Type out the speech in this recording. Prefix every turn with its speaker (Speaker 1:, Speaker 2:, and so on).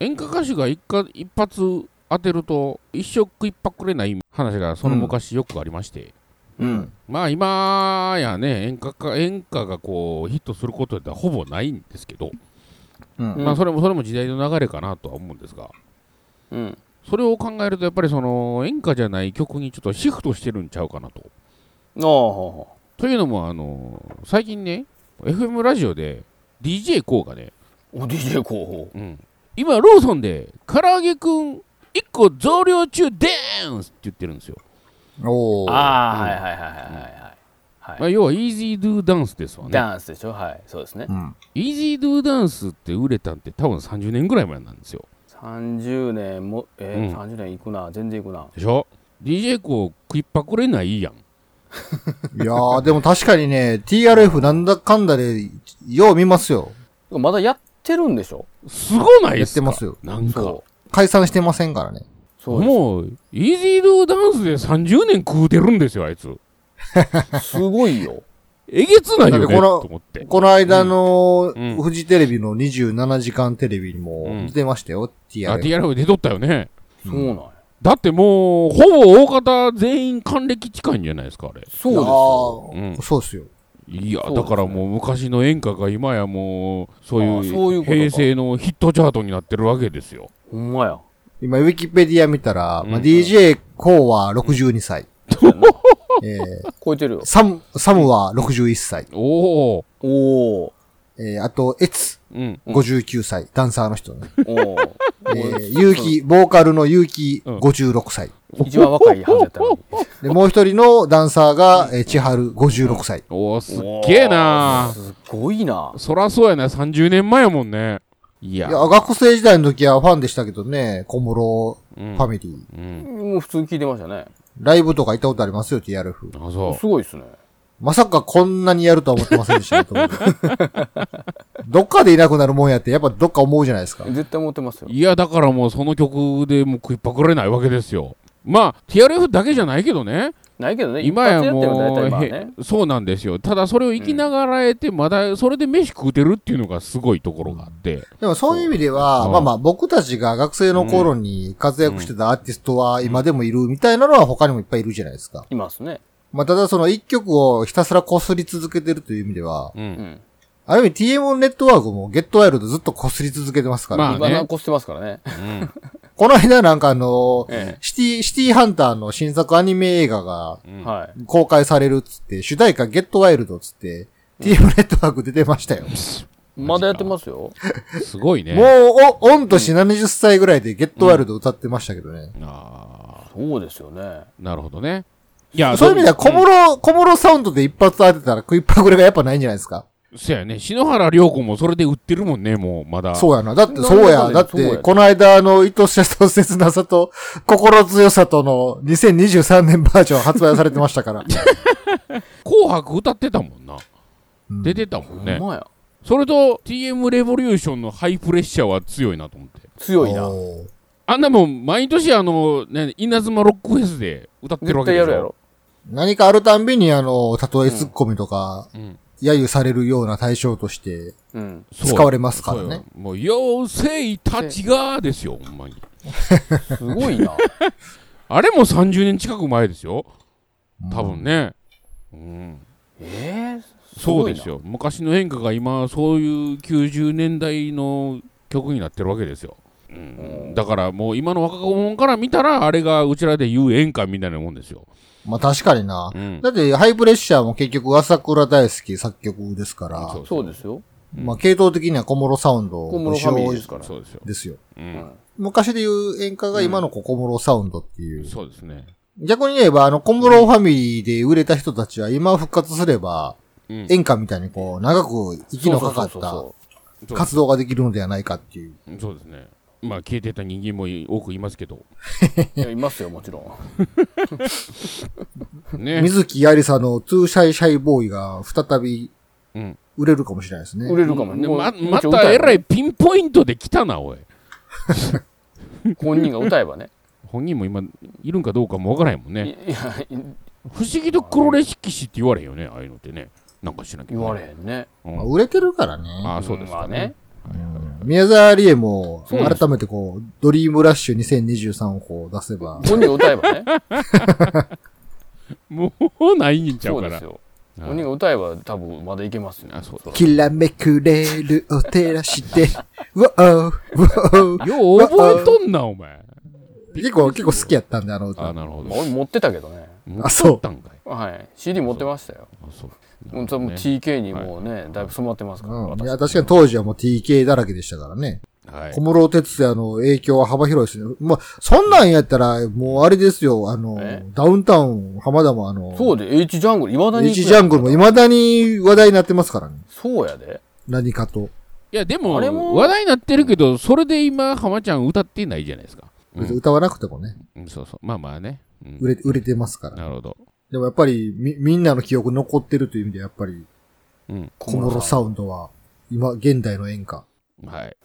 Speaker 1: 演歌歌手が一か一発当てると一生食いっぱくれない話がその昔よくありまして、
Speaker 2: うん。
Speaker 1: まあ今やね演歌か演歌がこうヒットすることではほぼないんですけど、
Speaker 2: うん。
Speaker 1: まあそれもそれも時代の流れかなとは思うんですが
Speaker 3: うん。
Speaker 1: それを考えるとやっぱりその演歌じゃない曲にちょっとシフトしてるんちゃうかなと。
Speaker 3: ああ、は
Speaker 1: というのもあの最近ね FM ラジオで d j k o がね
Speaker 3: あはあ。お、DJ 候補。
Speaker 1: うん、今ローソンで唐揚げくん1個増量中でーんすって言ってるんですよ、
Speaker 2: おお。
Speaker 3: ああ、
Speaker 1: うん
Speaker 3: はいはいはいはいはい
Speaker 1: ま
Speaker 3: はい。は
Speaker 1: あ、要は Easy Do Dance ですわ
Speaker 3: い。
Speaker 1: ね
Speaker 3: ダンスでしょはい。そうですね
Speaker 2: う。ん。
Speaker 1: Easy Do Dance って売れたんって多分30年ぐらい前なんですよ
Speaker 3: 30年も、え
Speaker 1: うん
Speaker 3: ー30年いくな。全然いくな。
Speaker 1: でしょ d j こう食いっぱくれないやん
Speaker 2: いやー、でも確かにね、TRF なんだかんだで、よう見ますよ。
Speaker 3: まだやってるんでしょ
Speaker 1: すごないっすか
Speaker 2: やってますよ
Speaker 1: なんか
Speaker 3: そう。
Speaker 2: 解散してませんからね。
Speaker 3: そうです
Speaker 1: もう Easy Do Dance で30年食うてるんですよあいつ
Speaker 3: すごいよ。
Speaker 1: えげつない
Speaker 2: だ
Speaker 1: よ
Speaker 2: っ
Speaker 1: ね
Speaker 2: てこの
Speaker 1: と思って
Speaker 2: この間の、
Speaker 1: うん
Speaker 2: フジテレビの27時間テレビにも出てましたよ、
Speaker 1: あ
Speaker 2: TRF。
Speaker 1: TRF 出とったよね
Speaker 3: そうなんや。
Speaker 1: だってもうほぼ大方全員還暦近いんじゃないですかあれ
Speaker 3: そうですよ。
Speaker 2: あ
Speaker 1: う
Speaker 2: ー
Speaker 1: ん
Speaker 2: そうですよ。
Speaker 1: いや、
Speaker 3: そうです
Speaker 1: だ
Speaker 3: ね
Speaker 1: からもう昔の演歌が今やもうそうい
Speaker 3: あ
Speaker 1: う
Speaker 3: ーそういうことか
Speaker 1: 平成のヒットチャートになってるわけですよ。
Speaker 3: ほんまや。
Speaker 2: 今、ウィキペディア見たら、まあ、
Speaker 1: うん
Speaker 2: DJ コウは62歳。えー
Speaker 3: 超えてるよ。
Speaker 2: サム、サムは61歳。
Speaker 1: おお、
Speaker 3: おお。
Speaker 2: えーあと、エツ、
Speaker 1: うん、
Speaker 3: うん
Speaker 2: 59歳。ダンサーの人ね。
Speaker 3: おお。
Speaker 2: えー、ゆうき、ボーカルのゆうき、
Speaker 1: うん
Speaker 2: 56歳。
Speaker 3: 一番若いはずやったのに。
Speaker 2: で、もう一人のダンサーが、えー、千春、56歳。
Speaker 1: おお、すっげえな
Speaker 3: おーすごいな
Speaker 1: そらそうやな、30年前やもんね。いや、
Speaker 2: いや、学生時代の時はファンでしたけどね、小室
Speaker 1: うん
Speaker 2: ファミリー。
Speaker 1: うん、
Speaker 3: もう普通に聞いてましたね
Speaker 2: ライブとか行ったことありますよ、TRF。
Speaker 1: あそ
Speaker 3: すごいですね
Speaker 2: まさかこんなにやるとは思ってませんでしたけ ど。どっかでいなくなるもんやって、やっぱどっか思うじゃないですか。
Speaker 3: 絶対持ってますよ
Speaker 1: う。いや、だからもうその曲でもう食いっぱくれないわけですよ。まあ、TRF だけじゃないけどね、
Speaker 3: ないけどね
Speaker 1: 今や
Speaker 3: 一発やっ
Speaker 1: も
Speaker 3: て
Speaker 1: う、
Speaker 3: るのは大体まあ
Speaker 1: へ
Speaker 3: ね
Speaker 1: そうなんですよ。ただそれを生きながらえて、まだそれで飯食うてるっていうのがすごいところがあって。
Speaker 2: でもそういう意味では、
Speaker 1: うん
Speaker 2: まあまあ僕たちが学生の頃に活躍してたアーティストは今でもいるみたいなのは他にもいっぱいいるじゃないですか。
Speaker 3: いますね
Speaker 2: まあただその一曲をひたすら擦り続けてるという意味では、
Speaker 1: う、
Speaker 3: うんん
Speaker 2: ある意味 TM ネットワークもゲットワイルドずっと擦り続けてますから、
Speaker 1: まあ
Speaker 3: 今
Speaker 1: ね
Speaker 3: 何個してますからね
Speaker 1: うん
Speaker 2: この間なんかあの、
Speaker 3: え
Speaker 2: シティ、シティハンターの新作アニメ映画が
Speaker 1: う
Speaker 3: え
Speaker 1: ん
Speaker 3: はい
Speaker 2: 公開されるっつって、主題歌ゲットワイルドっつって、TM ネットワーク出てましたよ。
Speaker 3: まだやってますよ
Speaker 1: すごいね。
Speaker 2: もう、お、御年70歳ぐらいでゲットワイルド歌ってましたけどね。
Speaker 1: あ
Speaker 3: そうですよね
Speaker 1: ーなるほどね。いや
Speaker 2: そういう意味では、小
Speaker 1: こも
Speaker 2: 室、小室サウンドで一発当てたら食いっぱぐれがやっぱないんじゃないですか。
Speaker 1: そやね。篠原涼子もそれで売ってるもんね、もう、まだ。
Speaker 2: そうやな。だって、
Speaker 3: そんな
Speaker 2: そうや。
Speaker 3: ことね
Speaker 2: だっ
Speaker 3: そう
Speaker 2: て、
Speaker 3: や
Speaker 2: この間、あの、愛しさと切なさと、心強さとの2023年バージョン 発売されてましたから。
Speaker 1: 紅白歌ってたもんな。
Speaker 2: うん
Speaker 1: 出てたも
Speaker 3: ほ
Speaker 1: ん
Speaker 3: ん
Speaker 1: ね。
Speaker 3: まや
Speaker 1: それと、TM レボリューションのハイプレッシャーは強いなと思って。
Speaker 3: 強いな
Speaker 2: おー
Speaker 1: あんなもん、毎年あの、ね、稲妻ロックフェスで歌ってるわ
Speaker 3: 絶
Speaker 1: けでし
Speaker 3: 対や
Speaker 1: ょ。
Speaker 3: るやろ
Speaker 2: 何かあるたんびに、あの、例えツッコミとか、
Speaker 1: うん。
Speaker 2: 揶揄されるような対象として
Speaker 3: うん
Speaker 1: そう
Speaker 2: 使われますから
Speaker 1: そう
Speaker 2: ね
Speaker 1: よ。もう、妖精たちがですよ、ほんまに。
Speaker 3: すご いな
Speaker 1: あれも30年近く前ですよ。多分ね。うん
Speaker 3: ええ
Speaker 1: そうですよ昔の演歌が今そういう90年代の曲になってるわけですよ、うん、だからもう今の若者から見たらあれがうちらで言う演歌みたいなもんですよ、
Speaker 2: まあ確かにな
Speaker 1: う。ん
Speaker 2: だって、ハイプレッシャーも結局、朝倉大好き作曲ですから、
Speaker 1: そう
Speaker 3: そうですよ
Speaker 2: まあ系統的には小室サウンド
Speaker 3: 小室ファミリーですから
Speaker 1: そうですよ、
Speaker 2: ですよ。
Speaker 1: う
Speaker 3: うんん
Speaker 2: 昔で言う演歌が今のこう小室サウンドっていう。
Speaker 1: そうですね、
Speaker 2: 逆に言えば、あの、小室ファミリーで売れた人たちは今復活すれば、
Speaker 1: うん、
Speaker 2: 演歌みたいにこう、長く息のかかっ
Speaker 3: そうそうそう
Speaker 2: た
Speaker 3: そ
Speaker 1: そう
Speaker 2: 活動ができるのではないかっていう。
Speaker 1: そうですねまあ消えてた人間も多くいますけど
Speaker 3: ういやいますよもちろ ん
Speaker 1: ね
Speaker 2: 水木有沙のトゥーシャイシャイボーイが再び
Speaker 1: うん
Speaker 2: 売れるかもしれないですね。
Speaker 3: 売れるかも
Speaker 1: ね
Speaker 3: もう
Speaker 1: ま
Speaker 3: もう
Speaker 1: ま
Speaker 3: ちょい歌
Speaker 1: たえら
Speaker 3: え
Speaker 1: いピンポイントで来たなおい
Speaker 3: ば本人が歌えばね
Speaker 1: 本人も今いるんかどうかもわからへんもん
Speaker 3: い
Speaker 1: ね
Speaker 3: いやい
Speaker 1: 不思議と黒歴史って言われへんよねああいうのってねなんかしなきゃ
Speaker 3: 言われへんね
Speaker 1: うん
Speaker 2: まあ売れてるからね。
Speaker 1: ああそうですか
Speaker 3: まあね
Speaker 1: ね。はいはいはい
Speaker 2: 宮沢りえも、
Speaker 1: そうなんです
Speaker 2: 改めてこう、ドリームラッシュ2023をこう出せば、
Speaker 3: 本人が歌えばね。
Speaker 1: もうないん ちゃ
Speaker 3: そうう
Speaker 1: か
Speaker 3: で
Speaker 1: ら
Speaker 3: す。よ。
Speaker 1: はい
Speaker 3: 本人が歌えば多分まだいけますね。
Speaker 1: あそう
Speaker 2: きらめくれるを照ら して、うおう、うおう。
Speaker 1: よう覚えとんな、お前。
Speaker 2: 結構、結構好きやったんで、あの
Speaker 1: あ、
Speaker 2: 歌。
Speaker 1: なるほ
Speaker 3: まあ
Speaker 1: ど。
Speaker 3: 俺持ってたけどね。
Speaker 2: あそう
Speaker 1: 持っとったんかい。
Speaker 3: はい。CD 持ってましたよ。
Speaker 1: あ、そう。
Speaker 3: うん、それもう TK にもうね、だいぶ染まってますから。
Speaker 2: うん、い
Speaker 3: 私
Speaker 2: や確かに当時はもう TK だらけでしたからね。
Speaker 1: はい
Speaker 2: 小。室哲也の影響は幅広いですね。まあ、そんなんやったら、もうあれですよ、あの
Speaker 3: え、
Speaker 2: ダウンタウン、浜田もあの、
Speaker 3: そうで、H ジャングル、いまだに行く
Speaker 2: H
Speaker 3: やん。
Speaker 2: ジャングルも未だに話題になってますからね。
Speaker 3: そうやで。
Speaker 2: 何かと。
Speaker 1: いや、で
Speaker 3: あれも
Speaker 1: も、話題になってるけど、それで今、浜ちゃん歌ってないじゃないですか。うん
Speaker 2: 別に歌わなくてもね、
Speaker 1: うんそうそう。まあまあね。うん
Speaker 2: 売れ、売れてますから。
Speaker 1: なるほど。
Speaker 2: でもやっぱり、み、みんなの記憶残ってるという意味で、やっぱり、
Speaker 1: うん。
Speaker 2: 小室サウンドは、今、現代の演歌。
Speaker 1: はい。